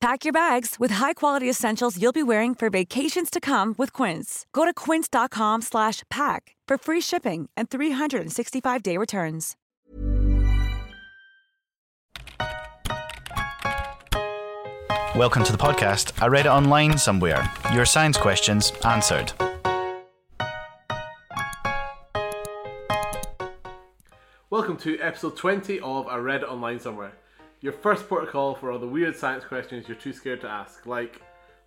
Pack your bags with high-quality essentials you'll be wearing for vacations to come with Quince. Go to quince.com/pack for free shipping and 365-day returns. Welcome to the podcast. I read it online somewhere. Your science questions answered. Welcome to episode 20 of I Read It Online Somewhere, your first protocol for all the weird science questions you're too scared to ask, like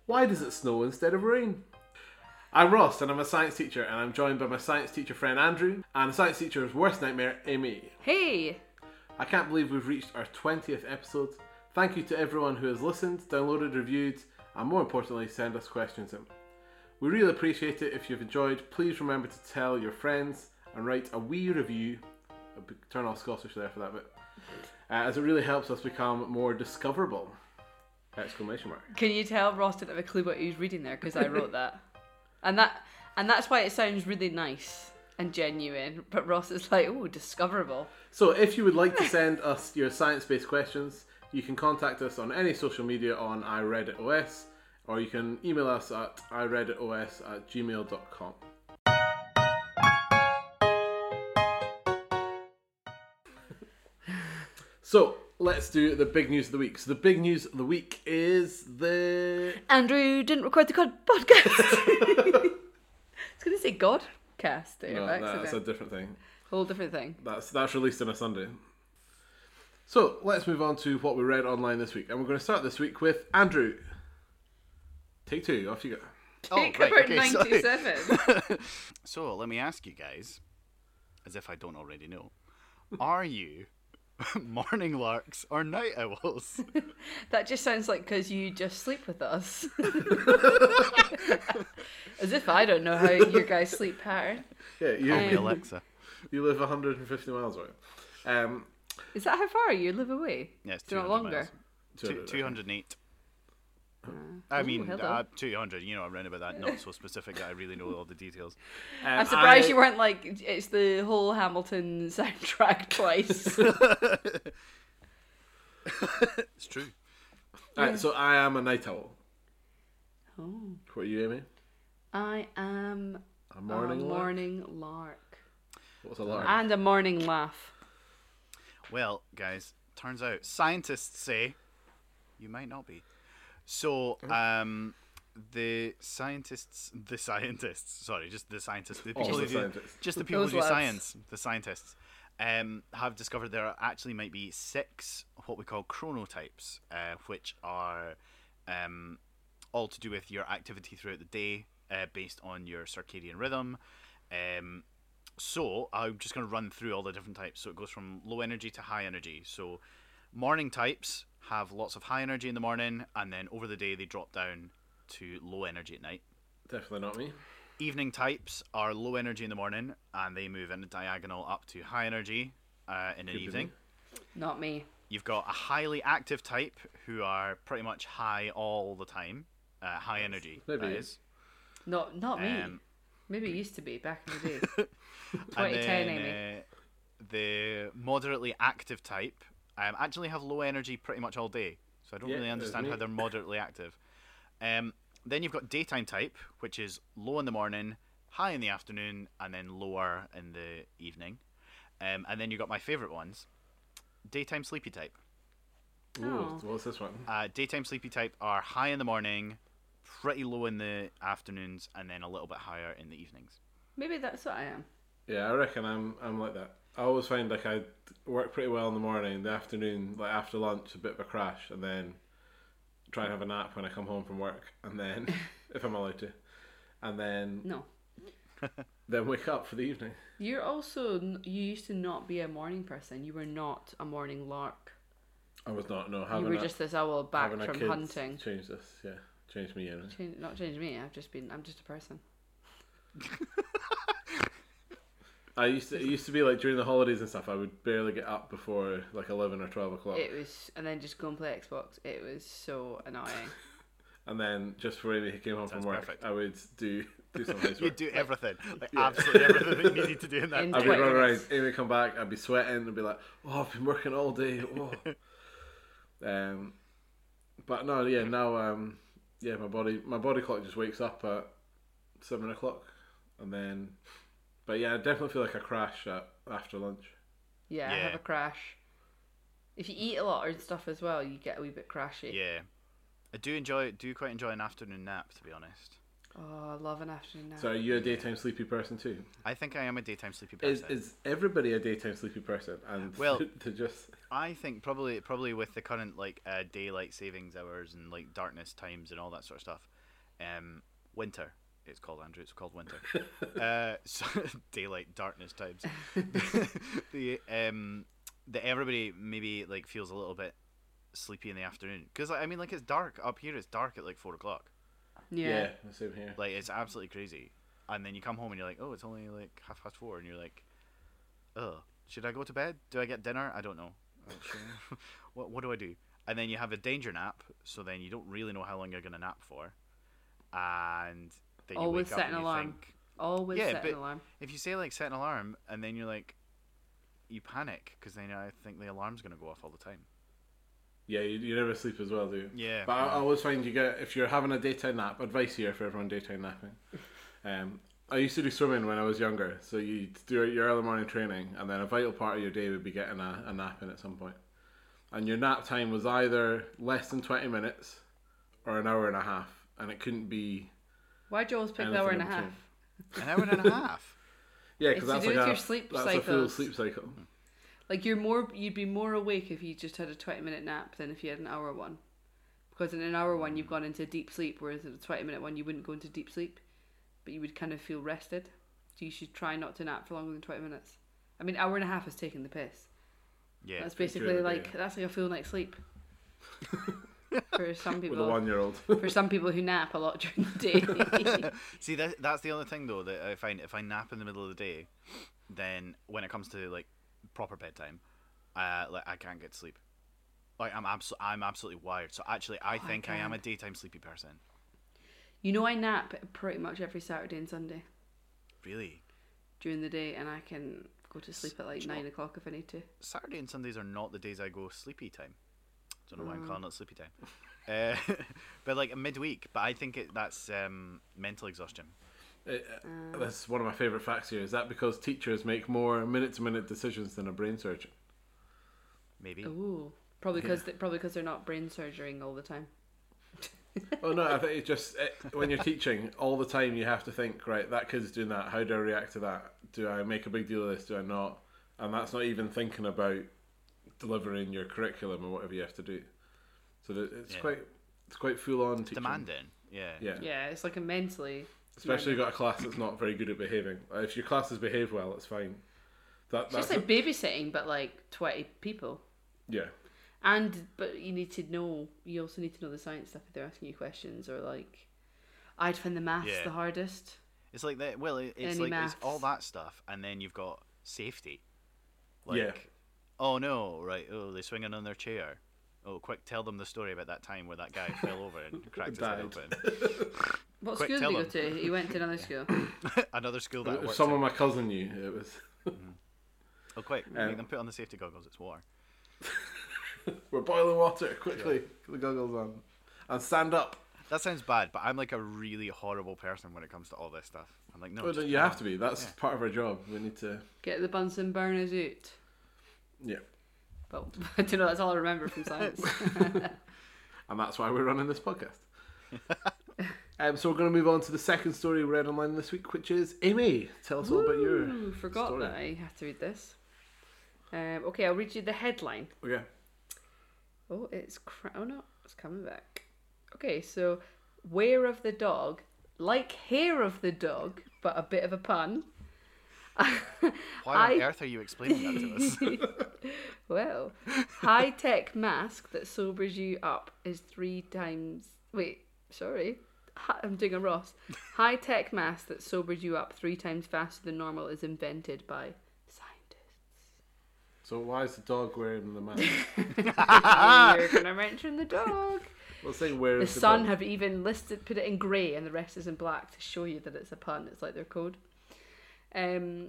why does it snow instead of rain? I'm Ross and I'm a science teacher, and I'm joined by my science teacher friend Andrew and science teacher's worst nightmare, Amy. Hey! I can't believe we've reached our 20th episode. Thank you to everyone who has listened, downloaded, reviewed, and more importantly, send us questions in. We really appreciate it. If you've enjoyed, please remember to tell your friends and write a wee review. I'll be- Turn off Scottish there for that bit, uh, as it really helps us become more discoverable. Exclamation mark. Can you tell Ross didn't have a clue what he was reading there because I wrote that, and that and that's why it sounds really nice and genuine. But Ross is like, oh, discoverable. So, if you would like to send us your science based questions, you can contact us on any social media on iRedditOS, or you can email us at iRedditOS at gmail.com. So, let's do the big news of the week. So, the big news of the week is the. Andrew didn't record the cod- podcast. I was gonna say Godcast. there, No, by Oh, that's a accident. different thing. whole different thing. That's that's released on a Sunday. So let's move on to what we read online this week, and we're going to start this week with Andrew. Take two, off you go. Think Oh, right, about okay, sorry. ninety-seven. So let me ask you guys, as if I don't already know, are you morning larks or night owls? that just sounds like because you just sleep with us. As if I don't know how your guys' sleep pattern. Yeah, Call me you Alexa. you live 150 miles away. Um, Is that how far you live away? Yes, Do you know 200 longer. miles. Two, 208. I mean, hello. uh, 200, you know, I'm round about that, not so specific that I really know all the details. I'm surprised you weren't like it's the whole Hamilton soundtrack twice. It's true. Alright, so I am a night owl. Oh. What are you, Amy? I am A morning. a lark? Oh, morning lark What's a lark? and a morning laugh. Well, guys, turns out scientists say you might not be. So, um, the scientists, the scientists, sorry, just the scientists, the people the who do, scientists. just the people Those who do lads. science, the scientists, um, have discovered there are actually might be six what we call chronotypes, uh, which are um, all to do with your activity throughout the day, uh, based on your circadian rhythm. Um, so I'm just going to run through all the different types. So it goes from low energy to high energy. So morning types have lots of high energy in the morning, and then over the day they drop down to low energy at night. Definitely not me. Evening types are low energy in the morning, and they move in a diagonal up to high energy uh, in the evening. Not me. You've got a highly active type who are pretty much high all the time, uh, high energy. Maybe. That is. Not not me. Um, Maybe it used to be back in the day. And 2010, then, Amy. uh, the moderately active type um, actually have low energy pretty much all day, so I don't Yeah, really there's understand how me. they're moderately active. Um, then you've got daytime type, which is low in the morning, high in the afternoon, and then lower in the evening. Um, and then you've got my favourite ones daytime sleepy type. Ooh, Oh. What's this one? Uh, daytime sleepy type are high in the morning, pretty low in the afternoons, and then a little bit higher in the evenings. Maybe that's what I am. Yeah, I reckon I'm I'm like that. I always find like I work pretty well in the morning, the afternoon, like after lunch, a bit of a crash, and then try and have a nap when I come home from work, and then if I'm allowed to, and then No. then wake up for the evening. You're also n- you used to not be a morning person. You were not a morning lark. I was not no having you were a, just this owl back having a from kid hunting. Change this, yeah, change me. Yeah. Change, not change me. I've just been. I'm just a person. I used to it used to be like during the holidays and stuff. I would barely get up before like eleven or twelve o'clock, It was, and then just go and play Xbox. It was so annoying. and then just before he came home Sounds from work, perfect. I would do do some housework. You do everything, like absolutely everything that you need to do in that. In I'd be Twenty running around. minutes. Amy would come back. I'd be sweating. and be like, "Oh, I've been working all day." Oh. um, but no, yeah, now, um, yeah, my body, my body clock just wakes up at seven o'clock, and then, but yeah, I definitely feel like a crash at, after lunch. Yeah, I have Yeah. a crash. If you eat a lot and stuff as well, you get a wee bit crashy. Yeah, I do enjoy, do quite enjoy an afternoon nap, to be honest. Oh, I love an afternoon nap. So are you a daytime sleepy person too? I think I am a daytime sleepy Is person. is everybody a daytime sleepy person? And Well- to just I think probably probably with the current like uh, daylight savings hours and like darkness times and all that sort of stuff, um, winter it's called Andrew. It's called winter. uh, so, daylight darkness times. the um, that everybody maybe like feels a little bit sleepy in the afternoon because like, I mean like it's dark up here. It's dark at like four o'clock. yeah, yeah. the same here. Like it's absolutely crazy. And then you come home and you're like, oh, it's only like half past four, and you're like, oh, should I go to bed? Do I get dinner? I don't know. Oh, sure. what what do I do? And then you have a danger nap, so then you don't really know how long you're gonna nap for, and then you Always wake up set an and you alarm. think, Always yeah, set but an alarm. if you say like set an alarm, and then you're like, you panic because then I think the alarm's gonna go off all the time. Yeah, you, you never sleep as well, do you? Yeah. But I, I always find you get if you're having a daytime nap. Advice here for everyone daytime napping. Um, I used to do swimming when I was younger, so you do your early morning training, and then a vital part of your day would be getting a, a nap in at some point. And your nap time was either less than twenty minutes or an hour and a half, and it couldn't be. Why'd you always pick anything the hour in and a half? between. An hour and a half. Yeah, It's because to that's do like with a, your sleep that's a full cycles. sleep cycle. Like you're more, you'd be more awake if you just had a twenty minute nap than if you had an hour one, because in an hour one you've gone into deep sleep, whereas in a twenty minute one you wouldn't go into deep sleep, but you would kind of feel rested. So you should try not to nap for longer than twenty minutes. I mean, hour and a half is taking the piss. Yeah. that's pretty true, basically yeah. like that's like a full night's sleep. for some With a people, one-year-old. for some people who nap a lot during the day. See, that, that's the only thing though that I find if I nap in the middle of the day, then when it comes to like proper bedtime, uh, like I can't get to sleep. Like I'm abso- I'm absolutely wired. So actually, I I think I, am a can't. daytime sleepy person. you know, I nap pretty much every Saturday and Sunday Really, during the day, and I can go to sleep at like Do you know- nine o'clock if I need to. Saturday and Sundays are not the days I go sleepy time. Don't know why I'm calling it sleepy time. Uh, but like midweek, but I think it, that's um, mental exhaustion. It, uh, that's one of my favorite facts here. Is that because teachers make more minute-to-minute decisions than a brain surgeon? Maybe Ooh, probably because probably because they're not brain surgerying all the time. Oh no, I think it's just it, when you're teaching all the time, you have to think right. That kid's doing that. How do I react to that? Do I make a big deal of this? Do I not? And that's not even thinking about delivering your curriculum or whatever you have to do. So that it's Yeah. quite it's quite full on teaching. demanding. Yeah. Yeah. Yeah, it's like immensely. Especially if you've got a class that's not very good at behaving. Like, If your classes behave well, it's fine. That, It's that's just like babysitting, but like twenty people. yeah. And but you need to know. You also need to know the science stuff if they're asking you questions or like. I'd find the maths Yeah. the hardest. It's like that. Well, it, it's Any like maths. it's all that stuff, and then you've got safety. Like, Yeah. oh no, right? Oh, they're swinging on their chair. Oh, quick, tell them the story about that time where that guy fell over and cracked his head Died. open. What Quick, school did tell he go them. to? He went to another school. Another school that I If worked. someone in. my cousin knew, it was. Oh, quick, Um, make them put on the safety goggles. It's war. We're boiling water quickly. Put the goggles on, and stand up. That sounds bad, but I'm like a really horrible person when it comes to all this stuff. I'm like, no, Well, just you calm have down. to be. That's part of our job. We need to. Get the Bunsen burners out. Yeah. But I don't know. That's all I remember from science. And that's why we're running this podcast. Um, so we're going to move on to the second story we read online this week, which is Amy. Tell us all about your. Ooh, forgot story. that I have to read this. Um, okay, I'll read you the headline. Okay. Oh, it's cra- oh no, it's coming back. Okay, so wear of the dog, like hair of the dog, but a bit of a pun. Why on I- earth are you explaining that to us? Well, high tech mask that sobers you up is three times. Wait, sorry. Hi- I'm doing a Ross. High tech mask that sobers you up three times faster than normal is invented by scientists. So why is the dog wearing the mask? You're going to mention the dog. We'll say where The is Sun dog? have even listed, put it in grey, and the rest is in black to show you that it's a pun. It's like their code. Um,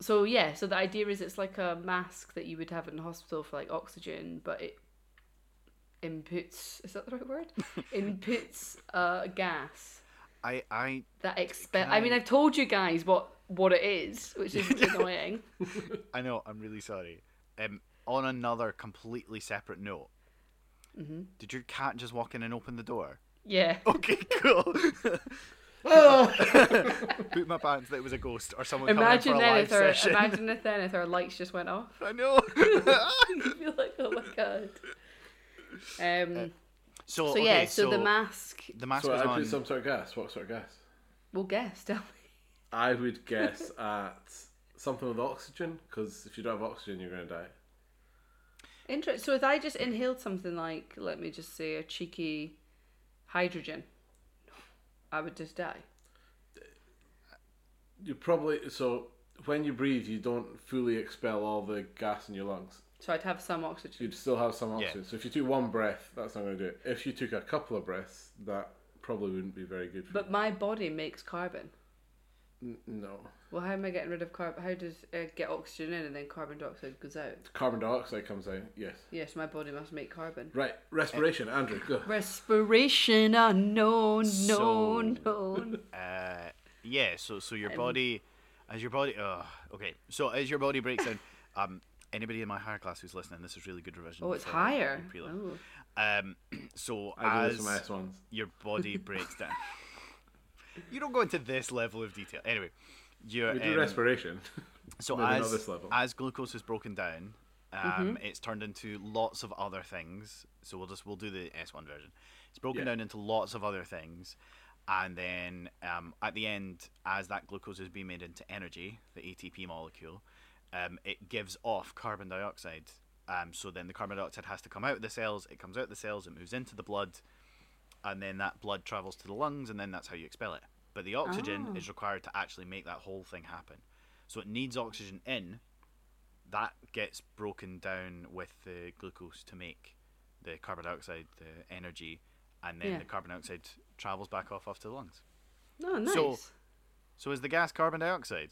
so yeah, so the idea is it's like a mask that you would have in the hospital for like oxygen, but it inputs. Is that the right word? inputs uh, gas I, I, that expel. I mean, I've told you guys what what it is, which is annoying. I know. I'm really sorry. Um, on another completely separate note, Mm-hmm. did your cat just walk in and open the door? Yeah. Okay, cool. Put my pants that it was a ghost or someone Imagine coming in for a live then if our session. imagine if then if our lights just went off. I know. You'd be like, oh my god. Um. so, So okay, yeah, so, the mask. the mask So was I on. put some sort of guess. What sort of guess? Well, guess. Tell me. I would guess at something with oxygen, because if you don't have oxygen, you're going to die. Interest. So if I just inhaled something like, let me just say, a cheeky hydrogen, I would just die. You probably so when you breathe, you don't fully expel all the gas in your lungs. So I'd have some oxygen. You'd still have some Yeah. oxygen. So if you do one breath, that's not going to do it. If you took a couple of breaths, that probably wouldn't be very good. For But my body makes carbon. you. N- no, Well, how am I getting rid of carbon? How does uh, get oxygen in and then carbon dioxide goes out? carbon dioxide comes out. Yes. Yes, my body must make carbon. Right, respiration, Andrew. Go. Respiration unknown, no, no. Uh, yeah, so so Um, your body, as your body, uh, okay, so as your body breaks down, um, anybody in my higher class who's listening, this is really good revision. Oh, it's for higher. your prelim. Oh. Um, so I do as this for my S ones. your body breaks down, you don't go into this level of detail. Anyway, your We do um, respiration. so maybe not as this level. as glucose is broken down, um, it's turned into lots of other things. So we'll just we'll do the S one version. It's broken Yeah. down into lots of other things, and then um, at the end, as that glucose is being made into energy, the ATP molecule, um, it gives off carbon dioxide. Um, so then the carbon dioxide has to come out of the cells. It comes out of the cells. It moves into the blood, and then that blood travels to the lungs, and then that's how you expel it. But the oxygen is required to actually make that whole thing happen. So it needs oxygen in. That gets broken down with the glucose to make the carbon dioxide, the energy, and then Yeah. the carbon dioxide travels back off off to the lungs. Oh, nice. So- So is the gas carbon dioxide?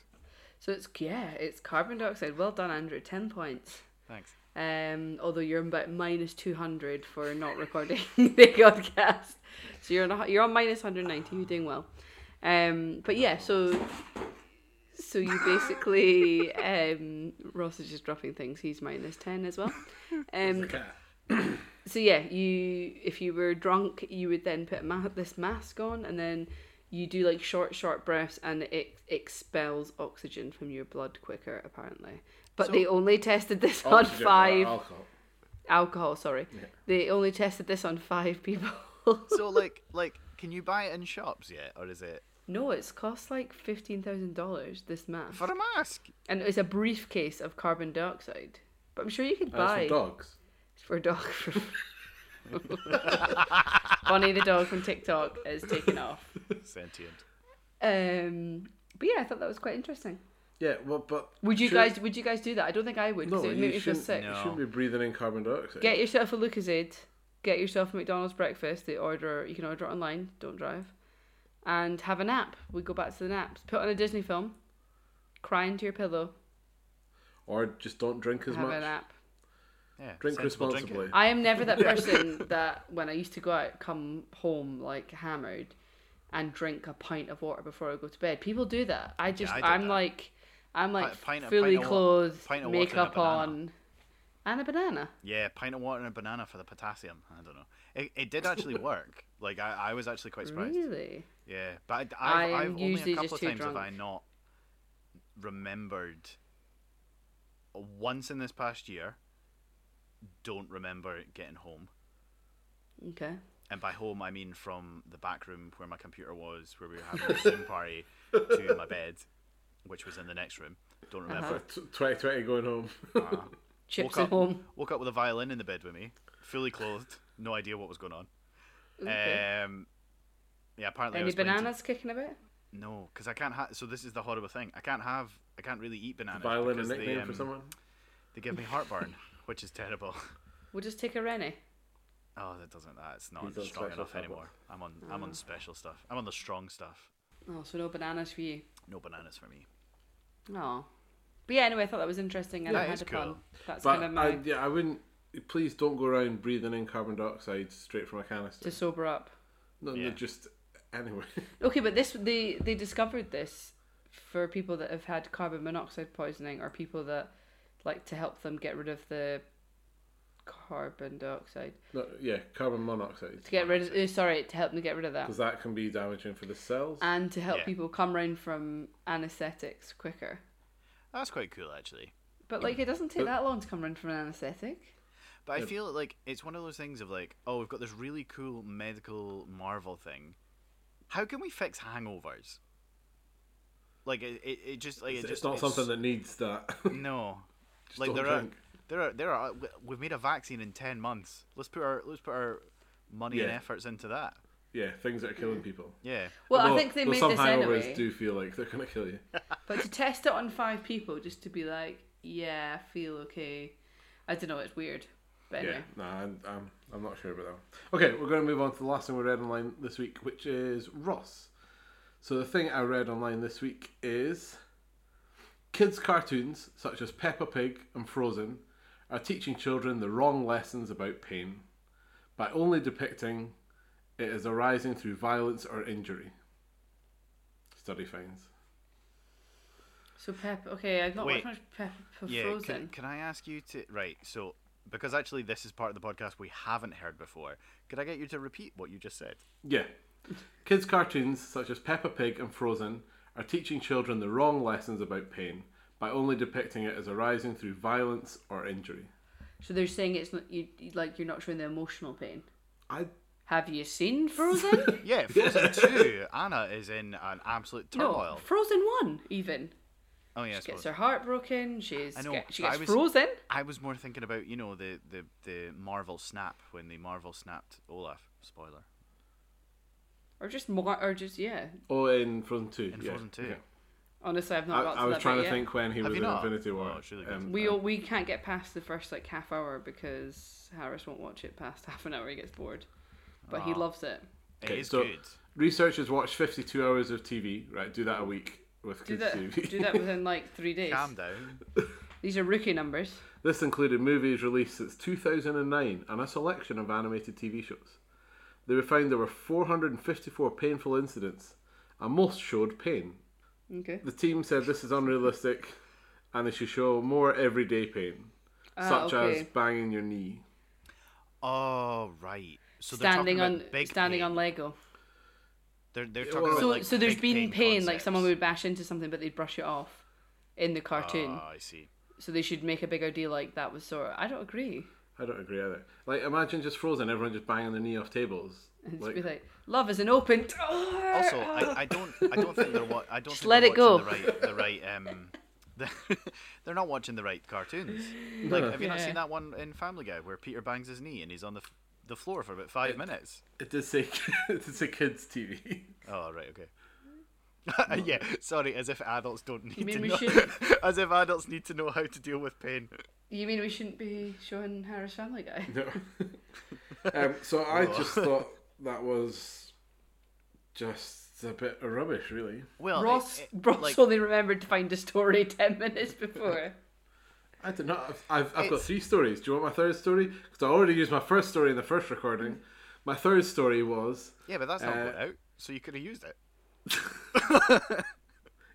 so it's yeah, it's carbon dioxide. Well done, Andrew. Ten points. Thanks. Um, although you're about minus two hundred for not recording the podcast, so you're on a, you're on minus hundred ninety. You're doing well. Um, but yeah, so so you basically um, Ross is just dropping things. He's minus ten as well. Um, Cat. so yeah, you if you were drunk, you would then put a ma- this mask on, and then you do like short, short breaths, and it expels oxygen from your blood quicker, apparently. But they only tested this Oxygen, on five not alcohol. Uh, alcohol. Sorry, they only tested this on five people. So like like can you buy it in shops yet, or is it no, it's cost like fifteen thousand dollars this mask, for a mask? and it's a briefcase of carbon dioxide. But I'm sure you could That's buy for dogs. for a dog. Bonnie the dog from TikTok is taking off. Sentient. Um, but yeah, I thought that was quite interesting. Yeah, well, but Would you sure- guys would you guys do that? I don't think I would because No, it would make you me feel shouldn't. sick. You shouldn't be breathing in carbon dioxide. Get yourself a Lucozade. Get yourself a McDonald's breakfast. They order you can order it online. Don't drive, and have a nap. We go back to the naps. Put on a Disney film. Cry into your pillow. or just don't drink as have much. a nap. Yeah. Drink sensible drinking. responsibly. I am never that person that when I used to go out, come home like hammered, and drink a pint of water before I go to bed. People do that. I just I do I am that. like I'm like Pint- pint of fully wa- clothed, pint of water and a makeup banana. on, And a banana. Yeah, pint of water and a banana for the potassium. I don't know. It, it did actually work. like I, I was actually quite surprised. Really? Yeah, but I, I've, I am I've only usually a just couple of too times have drunk. I not remembered. Once in this past year, don't remember getting home, Okay. and by home I mean from the back room where my computer was, where we were having a Zoom party, to my bed, which was in the next room. Don't Uh-huh. remember. T- 2020 going home. Chips woke at up, home. Woke up with a violin in the bed with me, fully clothed, no idea what was going on. Okay. Um, yeah, apparently I Any was playing to- bananas kicking a bit? no, because I can't have. So this is the horrible thing. I can't have. I can't really eat bananas. Violin a because nickname they, for um, someone. They give me heartburn, which is terrible. We'll just take a Rennie. Oh, that doesn't. That's not He's on strong special enough stuff. anymore. I'm on. I'm Ah. on special stuff. I'm on the strong stuff. Oh, so no bananas for you. No bananas for me. Oh. But yeah, anyway, I thought that was interesting. I That had is a pun. cool. That's But kind of my I, yeah, I wouldn't. Please don't go around breathing in carbon dioxide straight from a canister. to sober up. no, Yeah. no, just anyway. Okay, but this they they discovered this for people that have had carbon monoxide poisoning or people that like to help them get rid of the carbon dioxide no, yeah, carbon monoxide to get rid of uh, sorry to help them get rid of that because that can be damaging for the cells. and to help Yeah. people come round from anesthetics quicker. That's quite cool actually. But like it doesn't take that long to come round from an anesthetic. But I feel like it's one of those things of like, oh, we've got this really cool medical marvel thing. How can we fix hangovers? Like it, it, it just like it it's, just it's not something that needs that. No. like don't there are, drink. there are there are we've made a vaccine in 10 months. Let's put our let's put our money and Yeah. efforts into that. yeah, things that are killing people. Yeah. Well, I Although- think they though made some this hangovers anyway. do feel like they're gonna kill you. But to test it on five people, just to be like, yeah, I feel okay. I don't know, it's weird. But anyway, Yeah, no, I'm, I'm, I'm not sure about that. One. Okay, we're going to move on to the last thing we read online this week, which is Ross. So the thing I read online this week is kids' cartoons such as Peppa Pig and Frozen are teaching children the wrong lessons about pain by only depicting it as arising through violence or injury. Study finds. so Pep, okay, I've not Wait. watched much Pep for Yeah, Frozen. can, can I ask you to right, so because actually this is part of the podcast we haven't heard before. Could I get you to repeat what you just said? Yeah. Kids' cartoons such as Peppa Pig and Frozen are teaching children the wrong lessons about pain by only depicting it as arising through violence or injury. So they're saying it's not you you- like you're not showing the emotional pain. I Have you seen Frozen? Yeah, Frozen 2. Anna is in an absolute no, turmoil. Frozen one even. oh yeah, I She gets suppose. her heart broken. She's I know, get- she but I gets was- frozen. I was more thinking about, you know, the, the, the Marvel snap when the Marvel snapped Olaf. Spoiler. Or just more, or just yeah. oh in Frozen Two. In yeah, Frozen 2. yeah. Honestly, I've I, not got to I was that trying bit to yet. think when he Have was you in not? Infinity War. Um, Oh, it's really good. We all, we can't get past the first like half hour because Harris won't watch it past half an hour. He gets bored, but Ah. he loves it. It is so good. researchers watch 52 hours of TV. Right, do that a week with Do kids that. TV. do that within like three days. Calm down. These are rookie numbers. This included movies released since 2009 and a selection of animated TV shows. They were found there were 454 painful incidents, and most showed pain. Okay. The team said this is unrealistic and they should show more everyday pain, Ah, such okay. as banging your knee. Oh right. So they're standing talking on about big standing pain. on Lego. They're, they're talking well- about So like so there's big been pain, like concepts. someone would bash into something, but they'd brush it off in the cartoon. Ah, I see. so they should make a bigger deal like that was sort. of- I don't agree. I don't agree either. Like, imagine just Frozen, everyone just banging their knee off tables. And just Like, be like, love is an open door. Also, I, I don't I don't think they're what I don't Just think let they're it go. watching The right the right um. they're not watching the right cartoons. Like, have you not Yeah. seen that one in Family Guy where Peter bangs his knee and he's on the f- the floor for about five minutes? it did say it did say kids TV. Oh right, okay. yeah, sorry. As if adults don't need mean to we know. should- as if adults need to know how to deal with pain. you mean we shouldn't be showing Harris Family Guy? No. um, so I just thought that was just a bit of rubbish, really. Well, it- Ross, it- Ross like, only remembered to find a story ten minutes before. I did not. I've, I've got It's- three stories. Do you want my third story? Because I already used my first story in the first recording. My third story was yeah, but that's not Uh, going out. So you could have used it.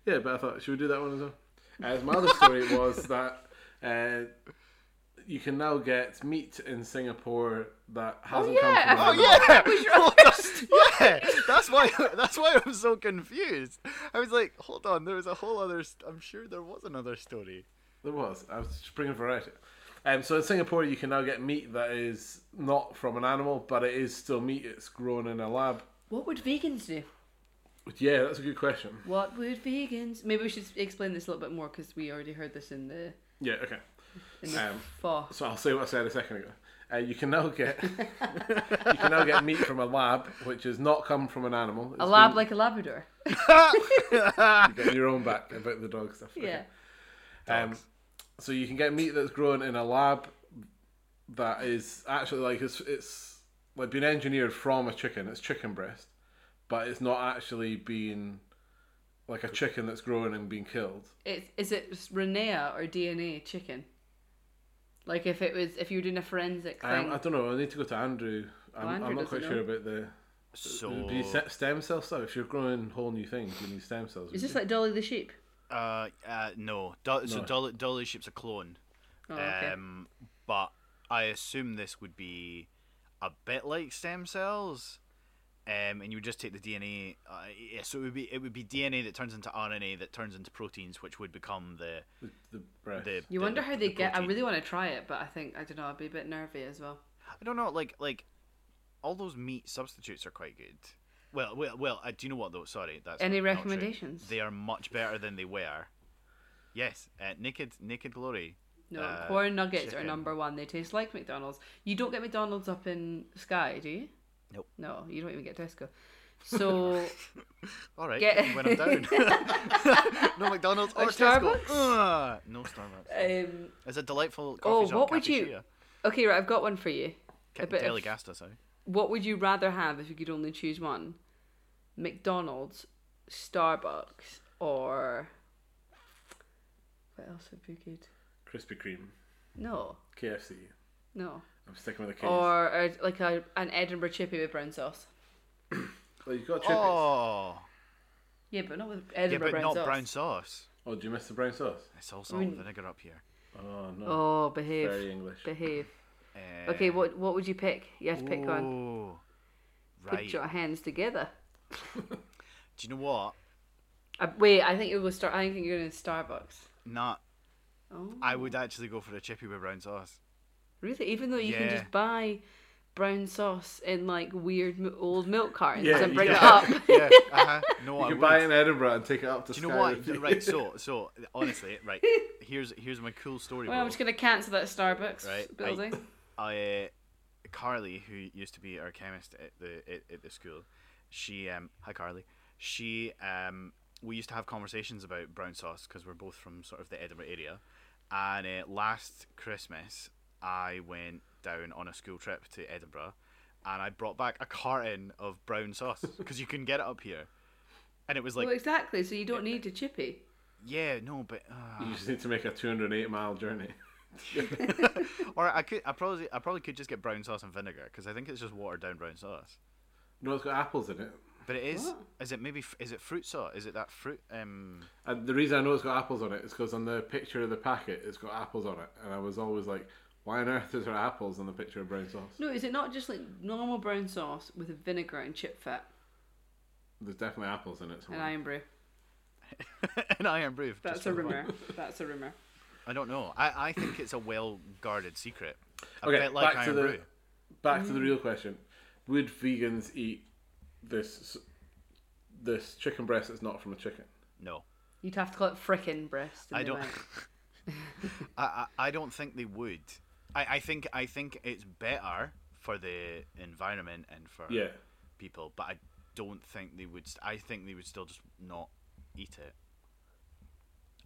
Yeah, but I thought, should we do that one as well? Uh, my other story was that uh, you can now get meat in Singapore that hasn't yeah. come Oh from. Well, yeah, that was your Well, that's, first yeah. That's why. That's why I'm so confused. I was like, hold on, there was a whole other. St- I'm sure there was another story. There was. I was just bringing variety. Um, so in Singapore, you can now get meat that is not from an animal, but it is still meat. It's grown in a lab. What would vegans do? Yeah, that's a good question. What would vegans? Maybe we should explain this a little bit more because we already heard this in the Yeah, okay. in the Um, FAW. So I'll say what I said a second ago. Uh, you can now get you can now get meat from a lab, which has not come from an animal. A lab like a Labrador. like your own back about the dog stuff. Okay. Yeah. Um, so you can get meat that's grown in a lab that is actually like it's it's like been engineered from a chicken. It's chicken breast, but it's not actually been like a chicken that's grown and been killed. It, is it Renea or DNA chicken? Like if it was if you were doing a forensic thing. Um, I don't know. I need to go to Andrew. I'm, Oh, Andrew I'm not quite doesn't sure know. about the So, But you se- stem cell stuff. If you're growing whole new things, you need stem cells. is wouldn't this like Dolly the sheep? uh, uh, no. Do- so Dolly, Dolly Ship's a clone. Oh, okay. Um, but I assume this would be a bit like stem cells, um, and you would just take the DNA. Uh, yeah, so it would be it would be DNA that turns into RNA that turns into proteins, which would become the you? the, the breast. the. the- you wonder how they the get. I protein. really want to try it, but I think I don't know. I'd be a bit nervy as well. I don't know, like like all those meat substitutes are quite good. Well, well, well. I do you know what though? Sorry, that's Any not- not true. recommendations? They are much better than they were. Yes, uh, naked naked glory. No, Uh, corn nuggets are chicken. number one. They taste like McDonald's. You don't get McDonald's up in Sky, do you? Nope. No, you don't even get Tesco. So All right, Get- when I'm down. no McDonald's or, Or Tesco. Starbucks? Ugh, no Starbucks. um, It's a delightful coffee Oh, shop. what would Cafe you? Shia. Okay, right. I've got one for you. Ca- A bit of- Deligasta, sorry. what would you rather have if you could only choose one? McDonald's, Starbucks, or what else would be good? Krispy Kreme, No, KFC. no. I'm sticking with the K's. Or, or like a, an Edinburgh chippy with brown sauce. well, you've got chicken. Oh. Oh, Yeah, but not with yeah, Edinburgh but brown not sauce. Mm. brown sauce. did Oh, you miss the brown sauce? It's all salt and vinegar up here. Oh no. Oh, behave. Very English. Behave. Uh, Okay, what what would you pick? You have to pick one. ooh, Put Right. your hands together. Do you know what? Uh, wait, I think you'll go start. I think you're going to Starbucks. Not. Oh, I would actually go for a chippy with brown sauce. really? Even though you can Yeah. just buy brown sauce in like weird m- old milk cartons Yeah, and you bring can- it up. Yeah. Uh-huh. No, you I can would. buy it in Edinburgh and take it up to. Do you know Sky what? with you. Right. So, so honestly, right. Here's here's my cool story. Well, I'm Will. just going to cancel that Starbucks Right, I- building. I, uh, Carly, who used to be our chemist at the at, at the school, she um hi Carly, she um we used to have conversations about brown sauce because we're both from sort of the Edinburgh area, and uh, last Christmas I went down on a school trip to Edinburgh, and I brought back a carton of brown sauce because you can get it up here, and it was like well, exactly. So you don't need a chippy. yeah no but. Uh, You just need to make a 208 mile journey. Or I could, I probably, I probably could just get brown sauce and vinegar because I think it's just watered down brown sauce. No, it's got apples in it. But it is, is it maybe, f- is it fruit sauce? Is it that fruit? Um, And the reason I know it's got apples on it is because on the picture of the packet, it's got apples on it, and I was always like, "Why on earth is there apples on the picture of brown sauce?" No, is it not just like normal brown sauce with a vinegar and chip fat There's definitely apples in it. and Somewhere. iron brew? an iron brew. just That's for a the fun. rumor. That's a rumor. I don't know. I, I think it's a well guarded secret. A Okay, bit like back to iron the brew. back Mm. to the real question: Would vegans eat this this chicken breast that's not from a chicken? No, You'd have to call it frickin' breast. and I they don't. went, I, I, I don't think they would. I, I think, I think it's better for the environment and for Yeah, people, but I don't think they would. St- I think they would still just not eat it.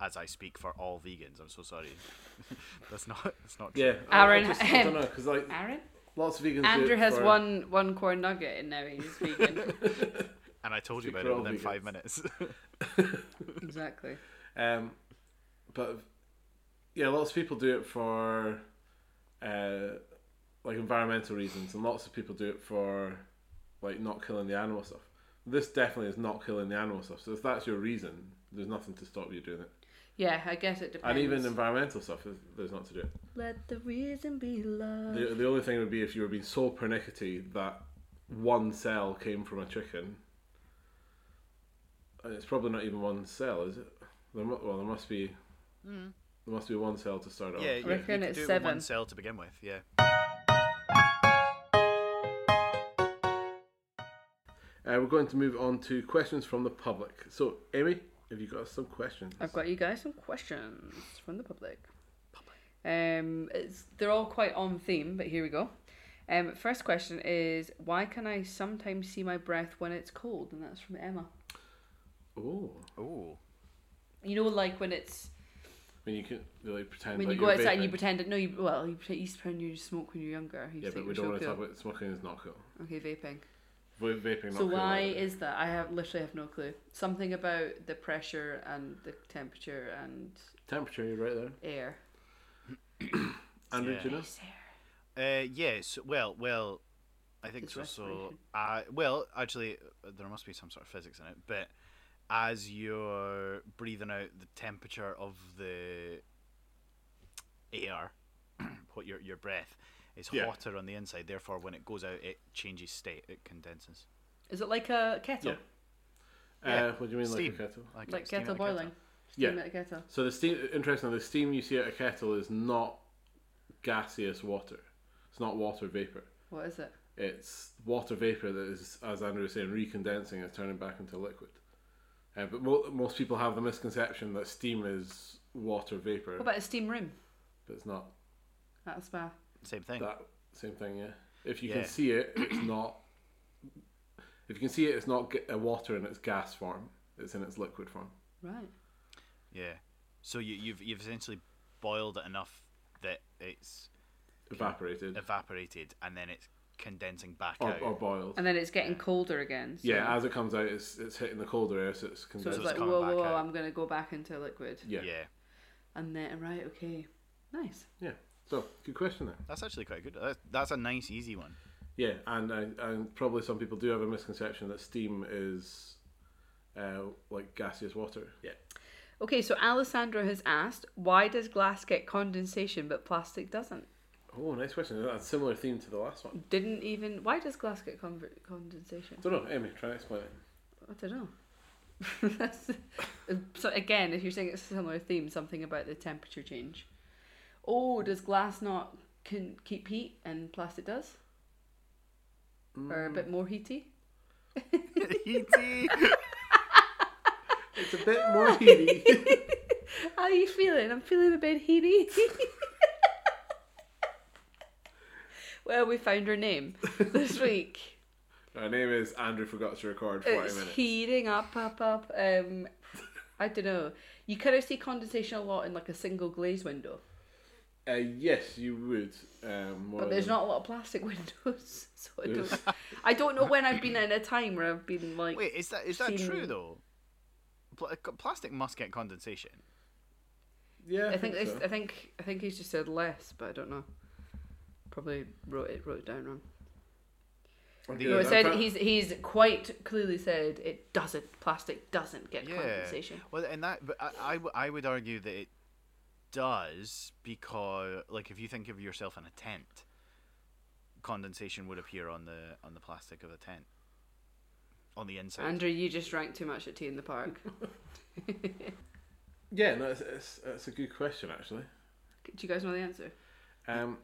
As I speak for all vegans, I'm so sorry. that's not. That's not true. yeah. I- I, Aaron- just- I don't know because like Aaron? lots of vegans. do Andrew it has for- one one corn nugget and now he's vegan. And I told you Speak about for it all within five vegans. minutes. exactly. Um, but yeah, lots of people do it for uh, like environmental reasons, and lots of people do it for like not killing the animal stuff. This definitely is not killing the animal stuff. So if that's your reason, there's nothing to stop you doing it. Yeah, I guess it depends. And even environmental stuff, there's- there's not to do it. Let the reason be love. The, the only thing would be if you were being so pernickety that one cell came from a chicken. And it's probably not even one cell, is it? There, mu- well, there must be. Hmm. There must be one cell to start off. Yeah, you, you reckon could it's do it with seven. one cell to begin with. Yeah. Uh, we're going to move on to questions from the public. So, Amy, have you got some questions? I've got you guys some questions from the public. Um, it's, they're all quite on theme, but here we go. Um, first question is why can I sometimes see my breath when it's cold? And that's from Emma. Oh, Oh. You know, like when it's when you can really pretend. when like you go you're outside and you vaping. pretend that no, you well, you, pre- you pretend you smoke when you're younger. You Yeah, but we think you're don't so want to cool. talk about smoking is not cool. Okay, vaping. Va- Vaping not So cool why either. is that? I have literally have no clue. Something about the pressure and the temperature and temperature? You're right there, air. Andrew. Yeah. Do you know? Uh, yes. Well, well, I think It's so. So, respiration. uh, well, actually, uh, there must be some sort of physics in it. But as you're breathing out the temperature of the air, what your your breath is Yeah. hotter on the inside. Therefore, when it goes out, it changes state. It condenses. Is it like a kettle? Yeah. Uh, what do you mean, Steam. like a kettle? Like, Like steam kettle at a boiling. Yeah. Steam at a kettle. So the steam, interestingly, the steam you see at a kettle is not gaseous water. It's not water vapor. What is it? It's water vapor that is, as Andrew was saying, recondensing and turning back into liquid. Uh, but mo- most people have the misconception that steam is water vapor, What about a steam room but it's not at a spa? Same thing. that same thing. Yeah. If you Yeah. can see it, it's not. If you can see it, it's not g- a water in its gas form. It's in its liquid form. Right. Yeah. So you, you've you've essentially boiled it enough that it's Evaporated evaporated and then it's condensing back or, out. or boiled. And then it's getting colder again. So, Yeah, as it comes out, it's it's hitting the colder air, so it's so condensed. it's it's like, coming whoa, back whoa, whoa, out. I'm going to go back into liquid. yeah. yeah, yeah. And then, right, okay. Nice. So good question there. That's actually quite good. That's, that's a nice, easy one. Yeah, and I, and probably some people do have a misconception that steam is uh, like gaseous water. Yeah. Okay, so Alessandro has asked, why does glass get condensation but plastic doesn't? Oh, nice question. That's a similar theme to the last one. Didn't even. Why does glass get conver- condensation? Don't know, Amy. Try and explain it. I don't know. That's, so again, if you're saying it's a similar theme, something about the temperature change. Oh, does glass not can keep heat and plastic does? Or a bit more heaty? Heaty. It's a bit more heaty. How are you feeling? I'm feeling a bit heaty. well, we found her name this week. Our name is Andrew. Forgot to record forty it's minutes. heating up, up, up. Um, I don't know. You kind of see condensation a lot in like a single glaze window. uh, yes, you would. Um, more But there's than- not a lot of plastic windows, so I don't. I don't know when I've been in a time where I've been like. Wait, is that is that seen- true though? Pl- uh, plastic must get condensation. Yeah, I think it's, so. I think I think he's just said less, but I don't know. Probably wrote it wrote it down wrong. Okay, No, it I'm said trying- he's he's quite clearly said it doesn't. Plastic doesn't get Yeah. condensation. Well, and that, but I, I, w- I would argue that it does because, like, if you think of yourself in a tent, condensation would appear on the on the plastic of the tent, on the inside. Andrew, you just drank too much at tea in the park. Yeah, no, it's, it's, it's a good question actually. Do you guys know the answer? Um,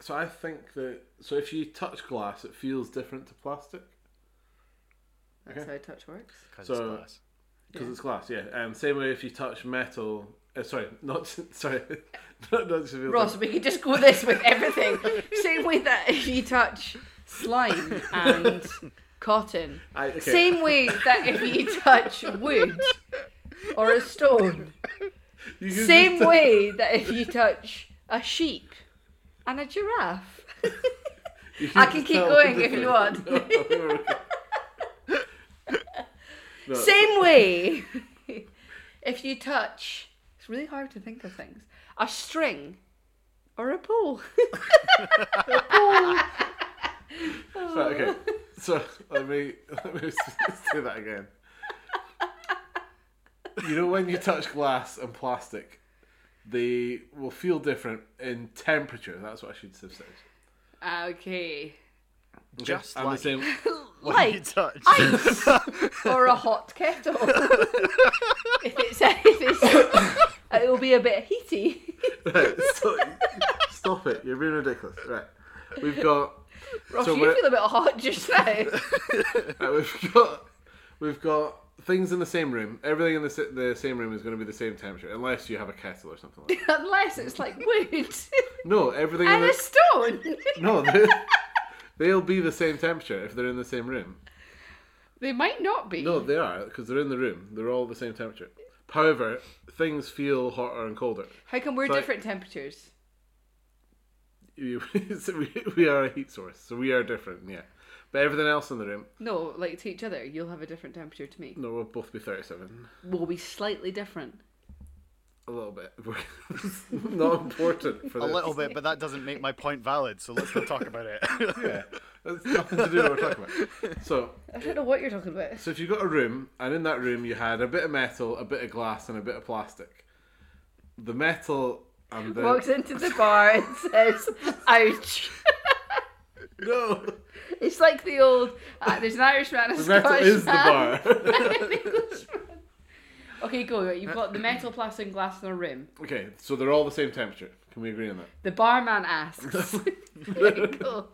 so I think that so if you touch glass, it feels different to plastic That's Okay. how touch works. 'cause it's so- glass. because it's glass. Yeah. Um, same way if you touch metal. Uh, sorry, not sorry, not, not to feel Ross, different. we could just go this with everything. Same way that if you touch slime and cotton. I- okay. Same way that if you touch wood or a stone. You can Same just- way that if you touch a sheep and a giraffe. you I can just keep tell going the if you difference. want. No, Same way if you touch. It's really hard to think of things. A string or a pole. Right, okay. So let me let me s- s- do that again. you know when you touch glass and plastic, they will feel different in temperature. That's what I should have said. Okay. Just I'm like the same. what you Like touch. ice or a hot kettle. if it's if it's it'll be a bit heaty. Right, so- stop it! You're being ridiculous. Right, we've got. Ross, So Oh, you we're- feel a bit hot just now. Right, uh, we've got we've got things in the same room. Everything in the, sa- the same room is going to be the same temperature, unless you have a kettle or something. like that. Unless it's like wood No, everything in and a the, stone. no they, they'll be the same temperature if they're in the same room. They might not be. No, they are because they're in the room. They're all the same temperature. However, things feel hotter and colder. How come we're Sorry. different temperatures? You- so we, we are a heat source, so we are different. Yeah, but everything else in the room, No, like to each other, you'll have a different temperature to me. no, we'll both be thirty-seven. We'll be slightly different. A little bit. Not important for A this. little bit, but that doesn't make my point valid. So let's not talk about it. Yeah, that's nothing to do with what we're talking about. So, I don't know what you're talking about. so if you got a room, and in that room you had a bit of metal, a bit of glass, and a bit of plastic, the metal and the Walks into the bar and says, "Ouch." no, It's like the old. Uh, there's an Irishman, a the metal Scottish is the man, bar. an Englishman. Okay, go. You've got the metal, plastic, and glass in a room. okay, so they're all the same temperature. Can we agree on that? The barman asks. Okay, go.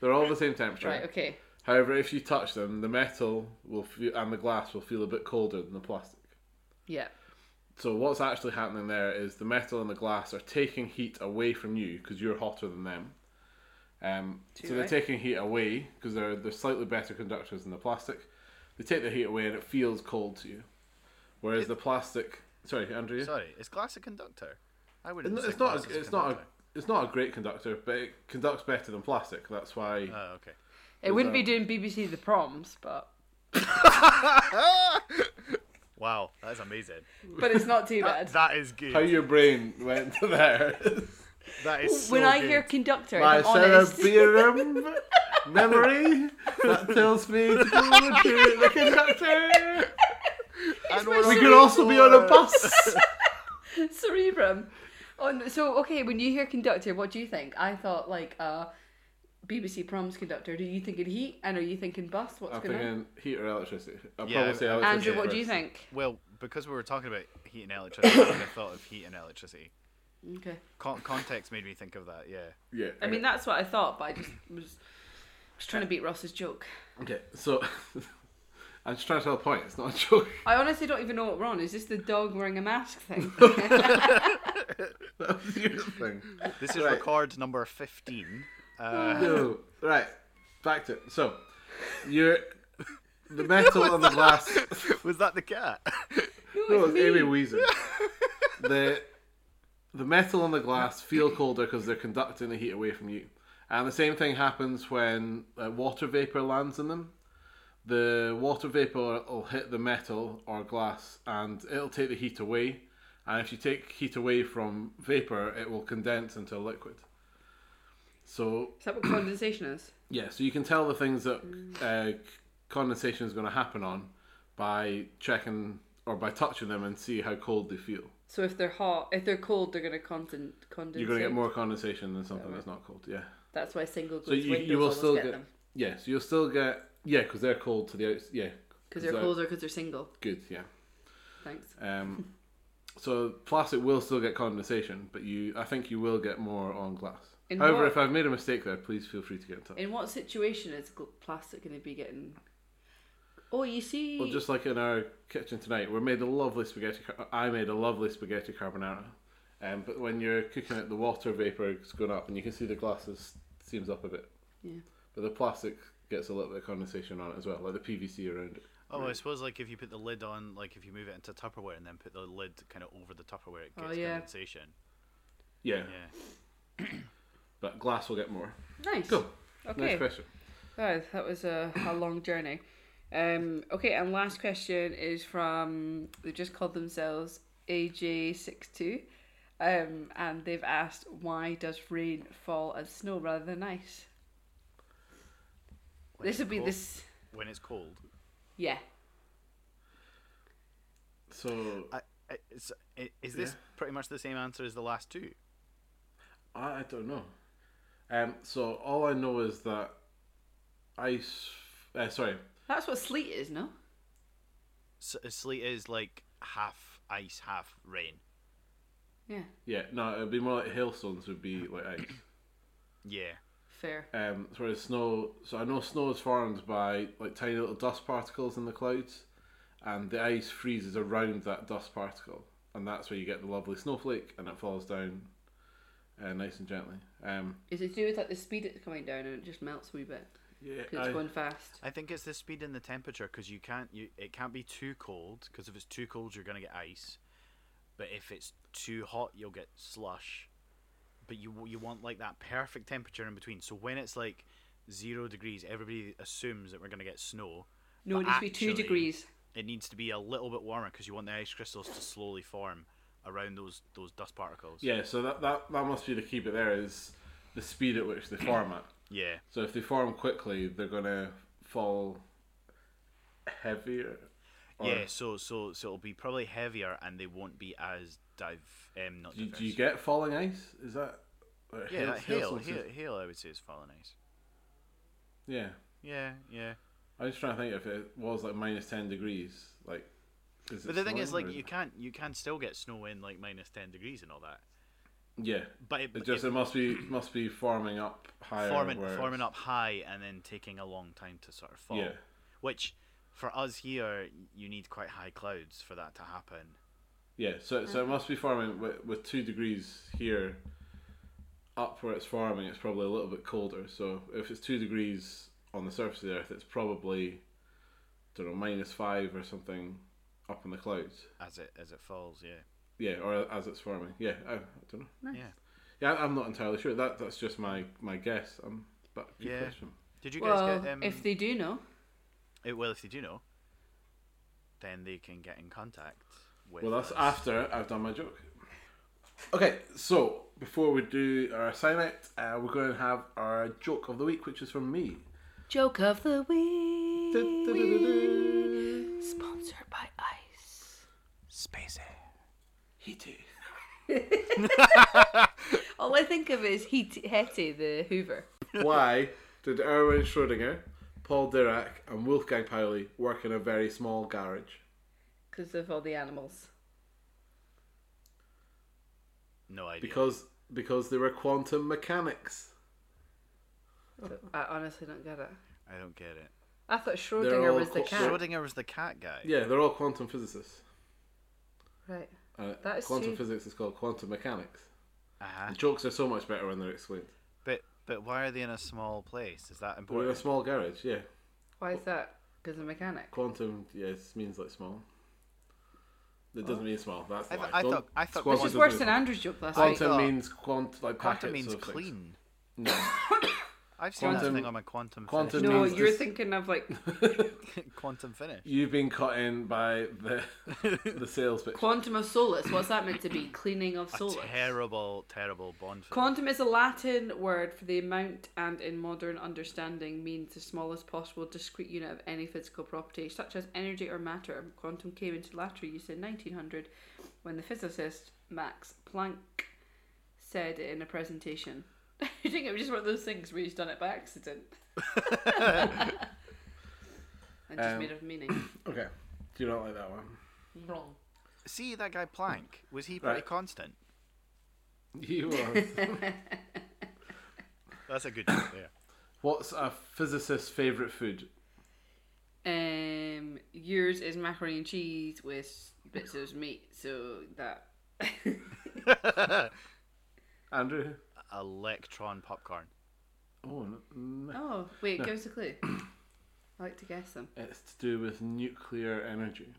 They're all the same temperature. Right. Okay. However, if you touch them, the metal will feel, and the glass will feel a bit colder than the plastic. Yeah. So what's actually happening there is the metal and the glass are taking heat away from you because you're hotter than them. Um, so they're right. taking heat away because they're they're slightly better conductors than the plastic. They take the heat away and it feels cold to you, whereas the plastic. Sorry, Andrea. Sorry, is glass a conductor? I wouldn't. No, say it's not. glass is A, it's not. A, conductor. it's not a great conductor, but it conducts better than plastic. That's why. Oh, okay. It wouldn't be doing BBC The Proms, but Wow, that's amazing. but it's not too bad. That is good. how your brain went to there. that is so when I hear good. conductor, if My I'm honest. cerebellum memory that tells me to go to the conductor. And we're We on could also be on a four. bus. cerebrum. Oh, no. So okay, when you hear conductor, what do you think? I thought like uh, BBC Proms conductor. Do you think in heat and are you thinking bus? What's I'm going on? thinking heat or electricity. I'll Yeah, probably say I- electricity. Andrew, what do you first. think? Well, because we were talking about heat and electricity, I would've thought of heat and electricity. Okay. Con- context made me think of that. Yeah. Yeah. I mean, that's what I thought, but I just was was trying to beat Ross's joke. okay. So I'm just trying to tell a point. It's not a joke. I honestly don't even know what we're on. Is this the dog wearing a mask thing? That was your thing. This is Right. record number fifteen. Uh, No. Right. Back to it. So you're the metal on the glass. was that the cat? No, it's Amy Weezer. the the metal and the glass feel colder because they're conducting the heat away from you. And the same thing happens when uh, water vapor lands in them. The water vapor will hit the metal or glass and it'll take the heat away. And if you take heat away from vapor, it will condense into a liquid. So, Is that what condensation is? yeah, so you can tell the things that uh, condensation is going to happen on by checking or by touching them and see how cold they feel. So if they're hot, if they're cold, they're gonna conden- condense. You're going to get more condensation than something that's not cold. Yeah. That's why single So glazed you, windows you will always still get, get, them yeah. So you'll still get yeah because they're cold to the outs yeah because they're colder because they're single. good yeah. Thanks. Um, so plastic will still get condensation, but you I think you will get more on glass. In However, what- if I've made a mistake there, please feel free to get in touch. In what situation is gl- plastic gonna be getting? Oh, you see. Well, just like in our kitchen tonight, we made a lovely spaghetti. Car- I made a lovely spaghetti carbonara, um, but when you're cooking it, the water vapor has gone up, and you can see the glass is, seams up a bit, Yeah. but the plastic gets a little bit of condensation on it as well, like the PVC around it. Oh, I suppose like if you put the lid on, like if you move it into Tupperware and then put the lid kind of over the Tupperware, it Oh, gets yeah. condensation. Yeah, Yeah. but glass will get more. Nice. Cool. Okay. Next question. Wow, that was a, a long journey. Um, okay, and last question is from they just called themselves AJ62, um, and they've asked why does rain fall as snow rather than ice? When this it's would be cold- this, when it's cold. yeah. So I, I- it's, i- is this Yeah. pretty much the same answer as the last two? I, I don't know. Um, so all I know is that ice. Uh, sorry, That's what sleet is, no? S- sleet is like half ice, half rain. Yeah, yeah, no, it'd be more like hailstones would be like ice. Yeah. fair. Um, so whereas snow, so I know snow is formed by like tiny little dust particles in the clouds, and the ice freezes around that dust particle, and that's where you get the lovely snowflake, and it falls down, uh, nice and gently. Um, Is it to do with like the speed it's coming down and it just melts a wee bit yeah, because it's Oh. going fast? I think it's the speed and the temperature because you can't you it can't be too cold because if it's too cold you're gonna get ice, but if it's too hot you'll get slush. But you you want like that perfect temperature in between. So when it's like zero degrees, everybody assumes that we're gonna get snow. No, it but needs to be two actually, degrees. It needs to be a little bit warmer because you want the ice crystals to slowly form around those those dust particles. yeah. So that, that that must be the key bit there is the speed at which they form it. Yeah. So if they form quickly, they're gonna fall heavier. Or Yeah, so so so it'll be probably heavier and they won't be as dive um not Do, diverse. do you get falling ice? Is that or yeah, that hail, hailstones is- hail, hail, I would say is falling ice. Yeah. Yeah, yeah. I was trying to think if it was like minus ten degrees, like. Is it But the thing is, snowing like, or- you can't you can still get snow in like minus ten degrees and all that. Yeah, but it- it just it- it must be must be forming up higher. forming where forming it's- up high and then taking a long time to sort of fall. Yeah. Which, for us here, you need quite high clouds for that to happen. Yeah, so so it must be forming with, with two degrees here. Up where it's forming, it's probably a little bit colder. So if it's two degrees on the surface of the Earth, it's probably, don't know, minus five or something, up in the clouds. As it as it falls, yeah, Yeah, or as it's forming. Yeah, I, I don't know. yeah. Yeah, I'm not entirely sure. That that's just my my guess. Um, but good Yeah. question. Did you guys Well, get um? if they do know, eh, well, if they do know, then they can get in contact with. Well, that's us. after I've done my joke. Okay, so before we do our assignment, uh, we're going to have our joke of the week, which is from me. joke of the week Du-du-du-du-du. sponsored by Ice. Spacey. All I think of is Heat Hetty the Hoover. Why did Erwin Schrödinger, Paul Dirac, and Wolfgang Pauli work in a very small garage? Because of all the animals. No idea. Because because they were quantum mechanics. So I honestly don't get it. I don't get it. I thought They're Schrodinger all was the called- cat. Schrodinger was the cat guy. Yeah, they're all quantum physicists. Right. Uh, That is quantum true. Ah. physics is called quantum mechanics. Uh-huh. The jokes are so much better when they're explained. But but why are they in a small place? Is that We're in a important? small garage, yeah. Why is that? Because of mechanic. Quantum, yes, means like small. It doesn't mean small. That's I th- the lie. I Don't- thought- I thought quantum This is doesn't worse mean- than Andrew's joke last week. Quantum thought- means quant like Quantum packets means of things. clean. No. I've seen Quantum- that thing on my quantum. quantum finish. No, means you're just- thinking of like quantum finish. You've been cut in by the the sales pitch. quantum of solace. What's that meant to be? Cleaning of A solace. terrible, terrible Bond film. Quantum is a Latin word for the amount and in modern understanding means the smallest possible discrete unit of any physical property, such as energy or matter. Quantum came into latter use in 1900 when the physicist Max Planck said it in a presentation. you think it was just one of those things where he's done it by accident? and just Um, made of meaning. Okay. Do you not like that one? Wrong. See that guy Plank? Was he pretty Right. constant? You are. That's a good joke there. What's a physicist's favourite food? Um, yours is macaroni and cheese with bits of meat, so that. Andrew? Electron popcorn. Oh, n- no. Oh, wait, give us a clue. I like to guess them. It's to do with nuclear energy.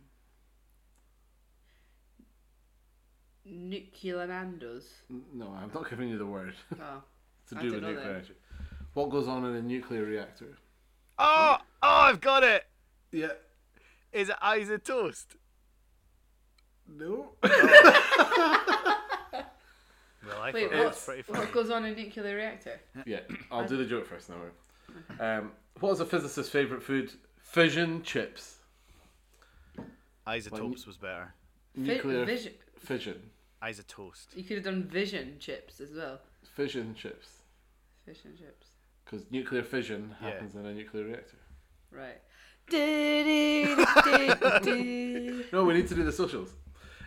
Nucleandos. N- No, I'm not giving you the word. Oh, to I do don't with know nuclear that. energy. What goes on in a nuclear reactor? Oh, oh, I've got it. Yeah. Is it eyes of toast? No. Well, I wait, thought that was what, pretty funny. what goes on in a nuclear reactor? Yeah, I'll do the joke first now. Um, what is a physicist's favourite food? Fission chips. Isotopes was better. nuclear vision. fission, Eyes of toast. You could have done vision chips as well. fission chips, Fish and chips. because nuclear fission Yeah. happens in a nuclear reactor. Right. Dee-dee-dee-dee. No, we need to do the socials.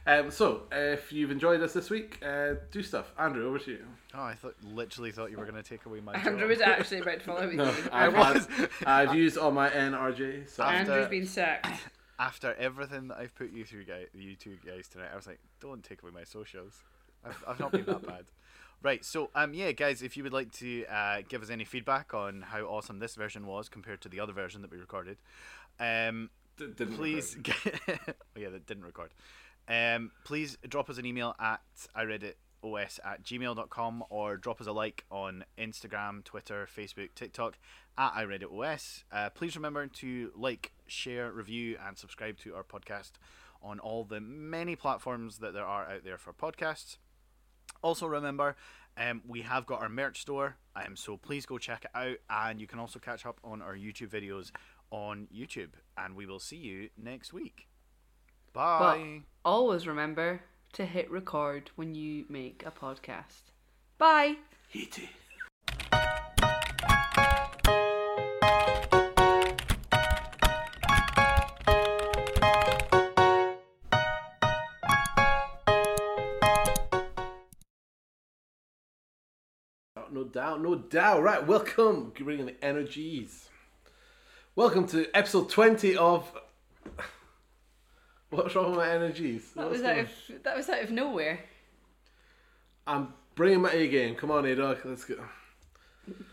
Um, so, uh, if you've enjoyed us this week, uh, do stuff. Andrew, over to you. Oh, I thought literally thought you were gonna take away my. Andrew job. was actually about to follow me. I've, was. had- Uh, I've used all my NRJ. So Andrew's been sacked. After everything that I've put you through, guy, you two guys tonight, I was like, don't take away my socials. I've, I've not been that bad. Right, so um, yeah, guys, if you would like to uh, give us any feedback on how awesome this version was compared to the other version that we recorded, um, D- didn't please oh yeah that didn't record um please drop us an email at i read it os at gmail.com or drop us a like on instagram twitter facebook tiktok at i read it os uh, please remember to like share review and subscribe to our podcast on all the many platforms that there are out there for podcasts also remember, um, we have got our merch store, um, so please go check it out, and you can also catch up on our YouTube videos on YouTube. And we will see you next week. Bye. But always remember to hit record when you make a podcast. Bye. Oh, No doubt, no doubt. Right, welcome. Bringing the energies. Welcome to episode 20 of. What's wrong with my energies? That What's was out going of that was out of nowhere. on? I'm bringing my A game. Come on, Adok. Let's go.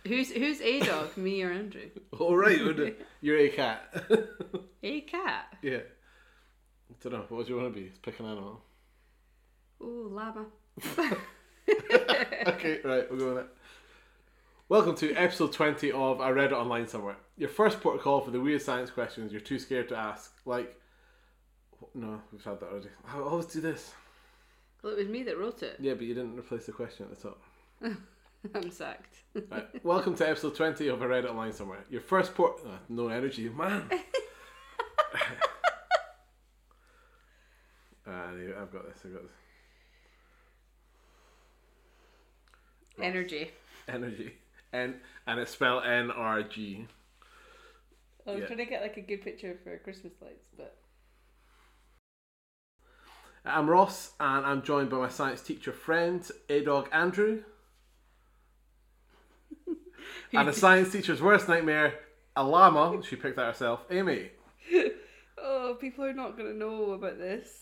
Who's who's A dog? me or Andrew? All right, would it? you're a cat. A cat. yeah. don't know. What do you want to be? Let's pick an animal. Oh llama. okay, right, we'll go with it. Welcome to episode 20 of I Read It Online Somewhere. Your first port of call for the weird science questions you're too scared to ask. Like, no, we've had that already. I always do this. Well, it was me that wrote it. Yeah, but you didn't replace the question at the top. I'm sacked. Right. Welcome to episode 20 of I Read It Online Somewhere. Your first port. ah, no energy, man. Ah, anyway, I've got this, I've got this. Energy. Energy. N, and it's spelled N R G. I was Yeah. trying to get like a good picture for Christmas lights, but I'm Ross, and I'm joined by my science teacher friend, A Dog Andrew, and a science teacher's worst nightmare, a llama. She picked that herself, Amy. oh, people are not gonna know about this.